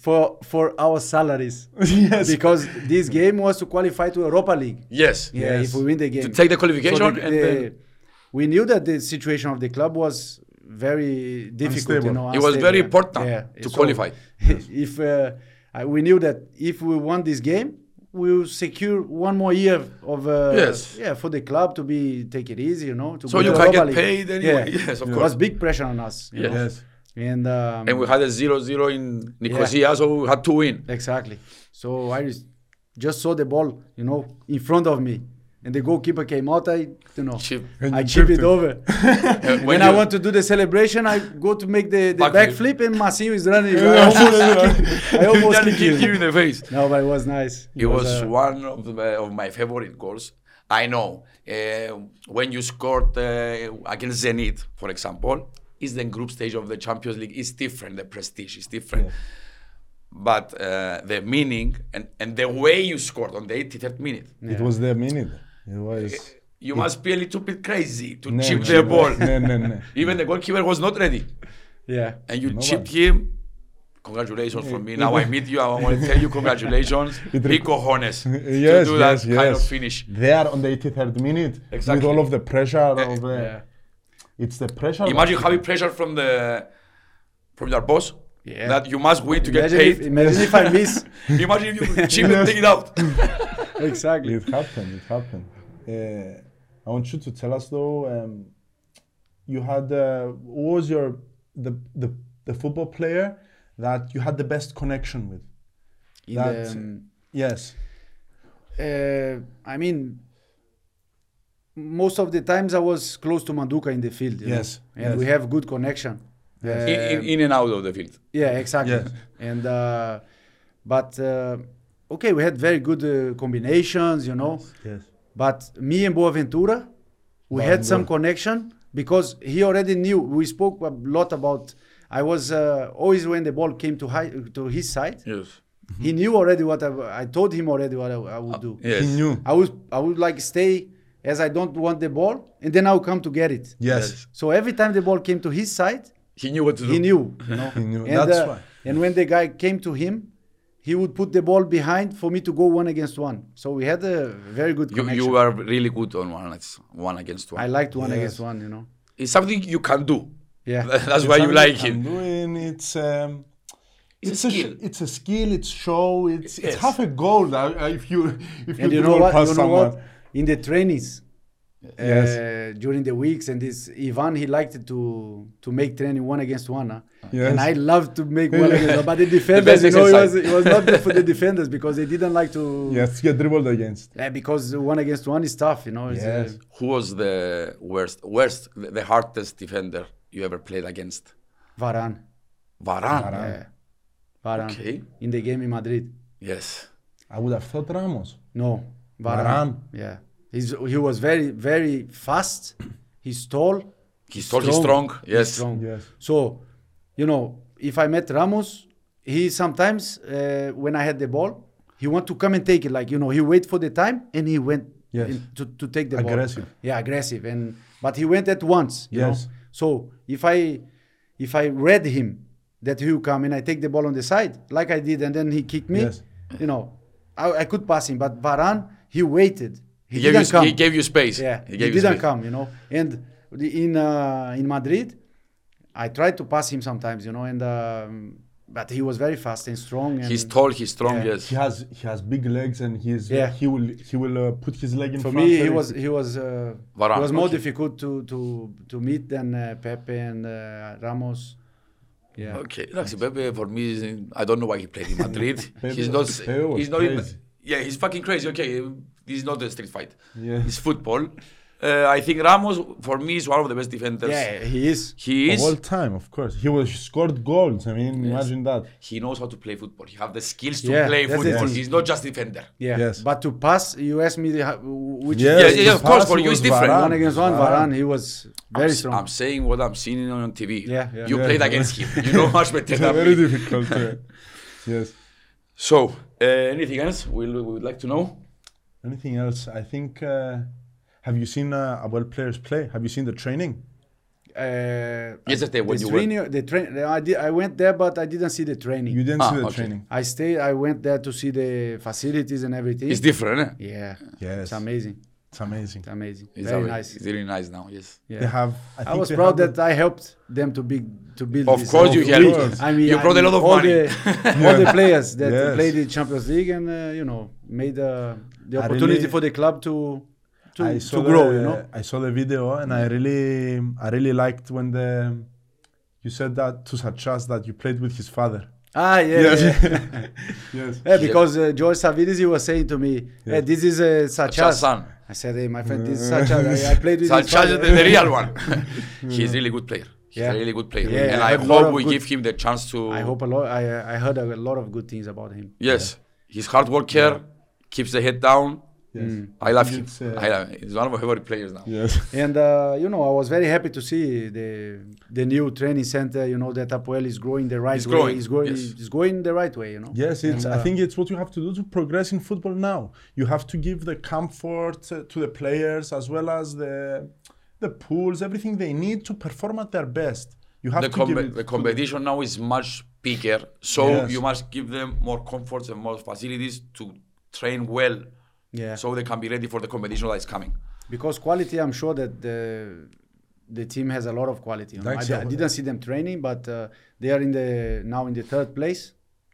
A: for for our salaries
B: yes.
A: because this game was to qualify to Europa League
C: Yes.
A: yeah
B: Yes.
A: if we win the game
C: To take the qualification
A: So the-
C: and
A: the-
C: then
A: we knew that the situation of the club was very difficult.
B: Unstable.
A: You know,
C: It was very
A: unstable.
C: important to qualify.
A: If uh, I, we knew that if we won this game, we will secure one more year of uh,
C: Yes.
A: yeah for the club to be take it easy. You know, to
C: So
A: go
C: you
A: to
C: can
A: Europa
C: get
A: League.
C: paid anyway. Yes, of
A: It
C: course.
A: was big pressure on us. you
C: Yes.
A: know.
B: yes.
A: And um,
C: and we had a 0-0 in Nicosia, so we had to win.
A: Exactly. So I just, just saw the ball, you know, in front of me, and the goalkeeper came out. I, you know,
C: Chip.
B: And
A: I
B: you
A: chip
B: chipped
A: it
B: it.
A: over.
C: Uh,
A: when I
C: you-
A: want to do the celebration, I go to make the, the
C: Backflip.
A: backflip, and Masinho is running. I almost, kick- I
C: you
A: almost
C: nearly
A: kicked
C: kicked you
A: him.
C: in the face.
A: No, but it was nice.
C: It was
A: uh,
C: one of my, of my favorite goals. I know uh, when you scored uh, against Zenit, for example, is the group stage of the Champions League is different. The prestige is different. But uh, the meaning and, and the way you scored on the 83rd minute,
B: It was their minute. It was.
C: you must be a little bit crazy to
B: No,
C: Eh, chip
B: no,
C: the
B: no,
C: ball.
B: No, no, no.
C: Even the goalkeeper was not ready.
A: Yeah.
C: And you
B: No
C: chipped
B: one.
C: him. Congratulations from me. Now I meet you. I want to tell you congratulations. Big cojones
B: Yes,
C: to do
B: yes,
C: that kind
B: yes.
C: of finish.
B: They are on the 83rd minute with
C: Exactly. Eh,
B: all of the pressure of the.
A: Yeah.
B: It's the pressure.
C: Imagine having pressure from the from your boss
A: Yeah.
C: that you must win to get
A: Imagine if,
C: paid.
A: imagine Uh, if I miss.
C: Imagine if you chip and take it out.
A: exactly.
B: It happened. It happened. Uh, I want you to tell us though. Um, you had uh, what was your the, the the football player that you had the best connection with?
A: In
B: That-
A: the, um,
B: Yes.
A: uh, I mean, most of the times I was close to Manduka in the field. you know,
B: Yes,
A: and
B: yes.
A: we have good connection. Uh,
C: In, in, in and out of the field.
A: Yeah, exactly.
B: Yes.
A: And uh, but uh, okay, we had very good uh, combinations, you know.
B: Yes.
A: But me and Boaventura, we had some
B: Boaventura.
A: connection because he already knew. We spoke a lot about. I was uh, always when the ball came to high, to his side,
C: Yes.
B: Mm-hmm.
A: he knew already what I, I told him already what I, I
B: Uh,
A: would do.
C: Yes.
B: He knew.
A: I would I would like stay as I don't want the ball, and then I'll come to get it.
B: Yes.
A: So every time the ball came to his side,
C: He knew what to do.
A: he knew, you know.
B: He knew.
A: And, uh,
B: That's why.
A: And when the guy came to him, he would put the ball behind for me to go one against one. So we had a very good
C: You,
A: connection.
C: you were really good on one, against- one against one.
A: I liked one
B: Yes.
A: against one, you know.
C: it's something you can do.
A: Yeah.
C: That's why you like
B: I'm
C: it.
B: doing it's um,
C: It's a
B: sh-
C: skill.
B: it's a skill. It's show. It's it's
C: Yes.
B: half a goal that, uh, if you if you,
A: And you know
B: dribble
A: what?
B: past
A: You know
B: someone.
A: what? In the trainings,
B: Yes.
A: uh, during the weeks, and this Ivan he liked to to make training one against one. Huh?
B: Yes.
A: And I love to make one against one, but the defenders,
C: best
A: you know, it was,
C: exercise.
A: it was not good for the defenders because they didn't like to.
B: Yes, get dribbled against.
A: Yeah, because one against one is tough, you know. It's, uh,
B: Yes.
C: Who was the worst, worst, the, the hardest defender you ever played against?
A: Varane.
C: Varane.
A: Yeah. Varane.
C: Okay.
A: In the game in Madrid.
C: Yes.
B: I would have thought Ramos.
A: No. Varane.
B: Varane.
A: Yeah. He's, he was very, very fast. He's tall.
C: He's tall, he's strong. Yes.
A: strong.
B: Yes.
A: So, you know, if I met Ramos, he sometimes, uh, when I had the ball, he want to come and take it. Like, you know, he wait for the time and he went
B: Yes.
A: in- to, to take the
B: Aggressive.
A: ball. Yeah, aggressive. And But he went at once. You
B: Yes.
A: Know? So if I if I read him that he will come and I take the ball on the side, like I did, and then he kicked me,
B: Yes.
A: you know, I, I could pass him. But Varane, he waited. He,
C: He, gave
A: didn't
C: you,
A: come.
C: he gave you space.
A: Yeah,
C: He
A: he,
C: gave you
A: didn't
C: space.
A: come, you know. And the- in uh, in Madrid, I tried to pass him sometimes, you know, and um, but he was very fast and strong. And
C: He's tall, he's strong,
A: Yeah.
C: yes.
B: He has he has big legs and he's
A: Yeah.
B: he will he will uh, put his leg in
A: for
B: front
A: me, he
B: very-
A: was he was uh,
C: Varane,
A: he was more
C: okay.
A: difficult to to to meet than uh, Pepe and uh, Ramos. Yeah,
C: Okay, Raxi Pepe for me, is in- I don't know why he played in Madrid. he's not. s-
B: Pepe was
C: He's not. In,
B: crazy.
C: yeah, he's fucking crazy. Okay, this is not a street fight.
B: Yeah.
C: It's football. Uh, I think Ramos for me is one of the best defenders.
A: yeah, he is.
C: He
B: Of all
C: is.
B: time, of course. He was he scored goals. I mean, imagine that.
C: He knows how to play football. He has the skills to
A: Yeah,
C: play
A: that's the
C: football.
A: thing.
C: He's not just defender.
A: Yeah,
B: Yes.
A: but to pass, you asked me how, which
C: Yeah, yeah, yeah, of
B: the
C: course,
B: pass
C: for you
B: was
C: it's different.
B: Varane.
A: one against one.
B: Varane.
A: Varane, he was very
C: I'm, s-
A: strong.
C: I'm saying what I'm seeing on TV.
A: Yeah, yeah.
C: You
B: Yeah.
C: played against him. You know much better than
B: Very
C: me.
B: difficult. yeah. Yes.
C: So, uh, anything else we we would like to know?
B: Anything else? I think. Uh, have you seen uh, Abel players play? Have you seen the training?
A: Uh,
C: Yesterday when
A: the
C: you went.
A: training- the train, I did, I went there, but I didn't see the training.
B: You didn't
C: Ah,
B: see the
C: okay.
B: training.
A: I stayed. I went there to see the facilities and everything.
C: It's different. Eh?
A: yeah,
B: Yes.
A: it's amazing.
B: It's amazing.
A: It's amazing.
C: It's
A: Very
C: alre-
A: nice.
C: It's really nice now. Yes.
A: Yeah.
B: They have. I,
A: I
B: think
A: was
B: they
A: proud
B: have
A: that I helped them to be to build.
C: Of
A: this.
C: course you
A: We-
B: helped.
A: I mean,
C: You brought
A: I
C: a lot
A: mean,
C: of
A: all
C: money.
A: The, all the players that
B: Yes.
A: played the Champions League and uh, you know made uh, the
B: I
A: opportunity
B: really-
A: for the club to to,
B: I
A: to
B: saw
A: grow.
B: the-
A: You know. Mm.
B: I saw the video and I really, I really liked when the you said that to Sachas that you played with his father.
A: Ah yeah. yeah.
B: yes. yes.
A: Yeah, because uh, George Savides he was saying to me, hey, "This is uh, Sachas."
C: Sasan.
A: I said, "Hey, my friend, this is Sachas. I, I played with his
C: Sanchez is
A: father."
C: the, the real one. He's really good player. He's
A: Yeah.
C: a really good player.
A: Yeah,
C: and
A: I
C: I
A: heard a lot
C: hope
A: of
C: we
A: good-
C: give him the chance to.
A: I hope a lot. I uh, I heard a lot of good things about him.
C: Yes. He's hard worker, keeps the head down,
B: Yes.
A: mm.
C: I love
B: think
C: him.
B: it's, uh,
C: I love him. He's one of my favorite players now.
B: Yes.
A: And uh, you know, I was very happy to see the the new training center. You know that Apoel is growing the right
C: It's
A: way.
C: growing,
A: It's going,
C: yes.
A: it's going the right way. You know.
B: Yes, it's.
A: And,
B: I
A: uh,
B: think it's what you have to do to progress in football now. You have to give the comfort uh, to the players as well as the the pools, everything they need to perform at their best. You have
C: The,
B: to give
C: com-
B: it
C: the
B: to
C: competition now is much bigger, so
B: Yes.
C: you must give them more comforts and more facilities to train well,
A: Yeah.
C: so they can be ready for the competition that is coming.
A: because quality, I'm sure that the the team has a lot of quality. You know? I,
B: That's
A: di-
B: it.
A: I didn't see them training, but uh, they are in the now in the third place,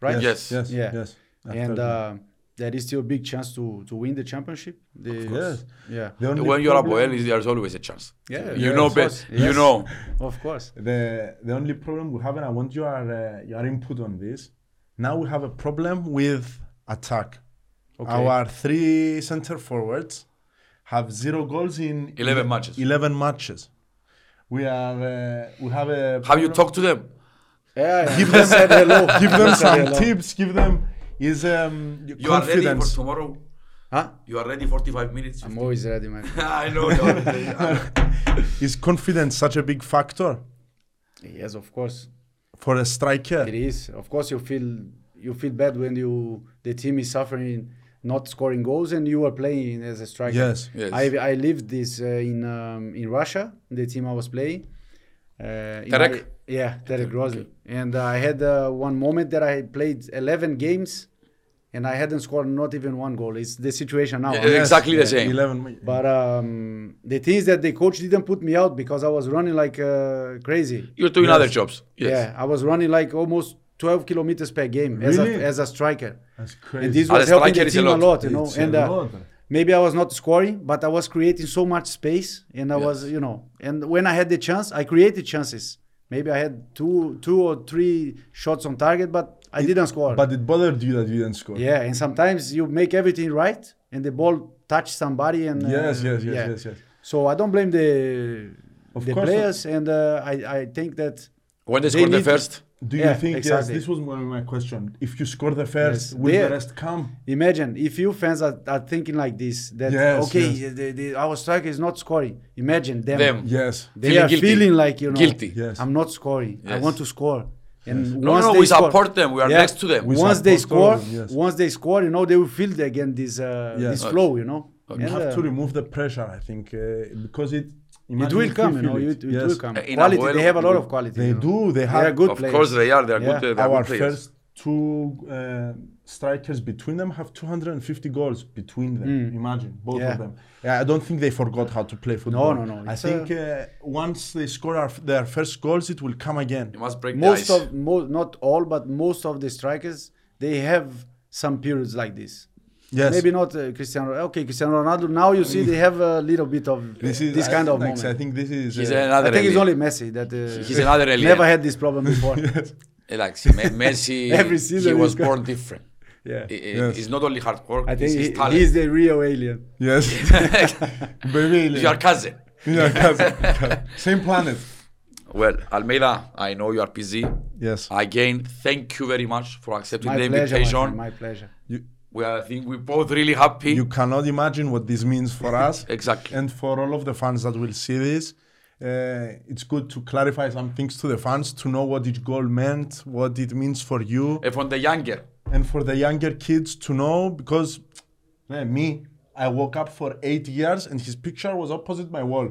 A: right?
C: Yes.
B: Yes.
A: Yeah.
B: Yes.
A: And
B: After-
A: uh, there is still a big chance to to win the championship. The-
B: yes.
A: Yeah.
B: The only
C: when you're
B: problem-
C: Apoel, is- there's always a chance.
A: Yeah,
C: you
A: yeah,
C: know,
A: of course,
C: but you
A: yes.
C: know,
A: Of course.
B: the the only problem we have, and I want your uh, your input on this. Now we have a problem with attack.
A: Okay.
B: Our three center forwards have zero goals in
C: 11 matches.
B: Eleven matches. We are uh, we have a.
C: how you
B: problem-
C: talk to them?
A: Yeah. yeah. Give them said hello.
B: Give them some
A: Hello.
B: tips. Give them is um
C: You are ready for
B: confidence.
C: tomorrow.
A: Huh?
C: You are ready 45 minutes.
A: I'm always ready, man.
C: I know. you are ready.
B: is confidence such a big factor
A: yes, of course.
B: for a striker?
A: It is. Of course, you feel you feel bad when you the team is suffering, not scoring goals, and you are playing as a striker.
B: Yes.
C: Yes.
A: I I lived this uh, in um, in Russia. The team I was playing. Uh, in
C: Terek?
A: my- yeah, Terek Grozny. And I had uh, one moment that I played 11 games, and I hadn't scored not even one goal. It's the situation now.
C: Yeah,
A: I'm
C: yeah. exactly the same.
B: Eleven.
A: But um, the thing is that the coach didn't put me out because I was running like uh, crazy.
C: You're doing
B: Yes.
C: other jobs. Yes.
A: Yeah, I was running like almost 12 kilometers per game as,
B: Really?
A: a, as a striker.
B: That's
A: And
B: crazy.
A: this
C: Ah,
A: was
C: the
A: helping
C: striker
A: the
C: is a
A: team a lot,
C: lot.
A: you know.
B: It's a
A: and uh,
B: lot.
A: maybe I was not scoring, but I was creating so much space, and I
C: Yeah.
A: was, you know. And when I had the chance, I created chances. Maybe I had two, two or three shots on target, but I didn't score.
B: But it bothered you that you didn't score.
A: Yeah, and sometimes you make everything right, and the ball touch somebody, and uh,
B: Yes, yes, yes, yes, yes.
A: So I don't blame the
B: Of
A: the
B: course not.
A: players, and uh, I I think that
C: When they,
A: They
C: score the
A: need to-
C: first,
B: Do you
A: Yeah,
B: think
A: exactly.
B: yes? This was my, my question. If you score the first,
A: Yes.
B: will
A: There-
B: the rest come?
A: imagine if you fans are, are thinking like this that
B: Yes,
A: okay,
B: yes.
A: The, the, our striker is not scoring. Imagine them.
C: Them.
B: Yes.
A: They
C: Feeling
A: are
C: guilty.
A: feeling like you know
C: Guilty.
B: Yes.
A: I'm not scoring. I
C: Yes.
A: want to score. And
C: No,
A: once
C: no,
A: they
C: we
A: score-
C: support them. We are next to them.
B: We
A: once they score,
B: support all of them, yes.
A: once they score, you know they will feel again this uh,
B: Yes.
A: this
B: Okay.
A: flow, you know.
B: You
A: And,
B: have
A: uh,
B: to remove the pressure, I think, uh, because it.
A: It
B: imagine if
A: will come, you
B: feel
A: know. It, it
B: Yes.
A: will come.
C: Uh, in
A: Quality,
C: Abuelo,
A: they have a lot of
C: they
A: quality.
B: They
A: you know.
B: do. They
A: They
B: have
A: are good
C: of
A: players.
C: course they are. They are
A: Yeah.
C: good. They are
B: Our
C: good players.
B: first two uh, strikers between them have 250 goals between them. Imagine both
A: Mm. Yeah.
B: of them. Yeah, I don't think they forgot how to play football.
A: no, no,
B: I
A: it's
B: think uh, once they score our, their first goals, it will come again.
C: You must break
A: Most
C: the ice.
A: of, mo- not all, but most of the strikers, they have some periods like this.
B: Yes.
A: Maybe not uh, Cristiano. Okay, Cristiano Ronaldo. Now you see they have a little bit of this,
B: I
A: kind of
B: think-
A: moment.
B: I think this is.
C: He's
B: uh,
A: I
C: another.
A: think it's
C: alien.
A: only Messi that uh,
C: He's another alien.
A: never had this problem before.
C: Eh, like Me- Messi.
A: Every season
C: he was
A: he's got-
C: born different.
A: yeah,
C: I- I-
B: Yes.
C: It's not only hard work.
A: I think
C: it's his
A: he,
C: talent.
A: he's the real alien.
B: yes. Baby.
C: Your cousin.
B: Yeah, cousin, cousin. Same planet.
C: Well, Almeida, I know you are busy.
B: Yes.
C: Again, thank you very much for accepting
A: My
C: the
A: pleasure, my, friend,
C: invitation.
A: my pleasure.
B: You,
C: we are, I think we're both really happy.
B: you cannot imagine what this means for us.
C: Exactly.
B: And for all of the fans that will see this, uh, it's good to clarify some things to the fans to know what each goal meant, what it means for you,
C: And from the younger,
B: and for the younger kids to know because eh, me, I woke up for eight years and his picture was opposite my wall.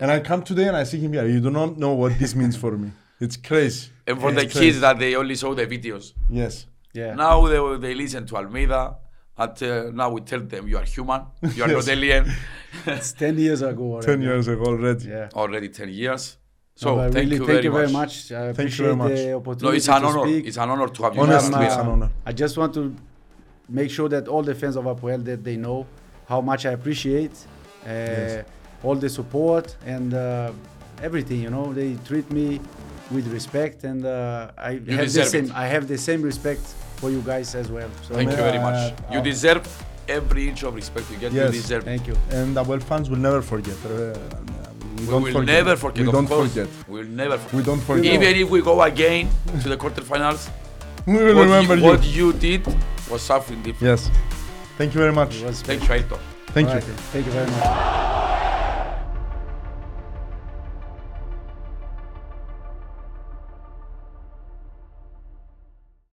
B: And I come today and I see him here. You do not know what this means for me. It's crazy.
C: and for
B: It's
C: the
B: crazy.
C: kids that they only saw the videos.
B: Yes.
A: Yeah.
C: Now they, they listen to Almeida. But uh, now we tell them you are human, you are
B: Yes.
C: not alien.
A: It's ten years ago. Already.
B: 10 years ago already.
A: Yeah.
C: Already 10 years. So
A: But
C: Oh, thank,
A: really,
C: you,
A: thank
C: very
A: you very
C: much.
A: much. I
B: Thank you
A: appreciate
B: very
A: the opportunity
C: No, it's an
A: to
C: honor.
A: speak.
C: It's an honor to have you.
B: Honestly,
C: here,
B: it's
C: Almeida.
B: an honor.
A: I just want to make sure that all the fans of Apoel that they know how much I appreciate uh, all the support and uh, everything. You know, they treat me with respect, and uh, I have the
C: deserve
A: same.
C: it.
A: I have the same respect for you guys as well. So
C: Thank you very
B: Yeah,
C: much.
B: yeah,
C: You
B: yeah.
C: deserve every inch of respect you get.
B: Yes.
C: You deserve. it.
A: Thank you.
B: And our fans will never forget. Uh, we
C: We
B: don't
C: will
B: forget.
C: never forget.
B: We
C: of
B: don't
C: course.
B: forget.
C: We will never forget.
B: We don't forget.
C: Even if we go again to the quarterfinals,
B: we will
C: what,
B: remember
C: you,
B: you.
C: what you did was something different.
B: Yes. Thank you very much.
A: It was
C: Thank you, Ayrton.
B: Thank
A: All
B: you.
A: right. Thank you very much.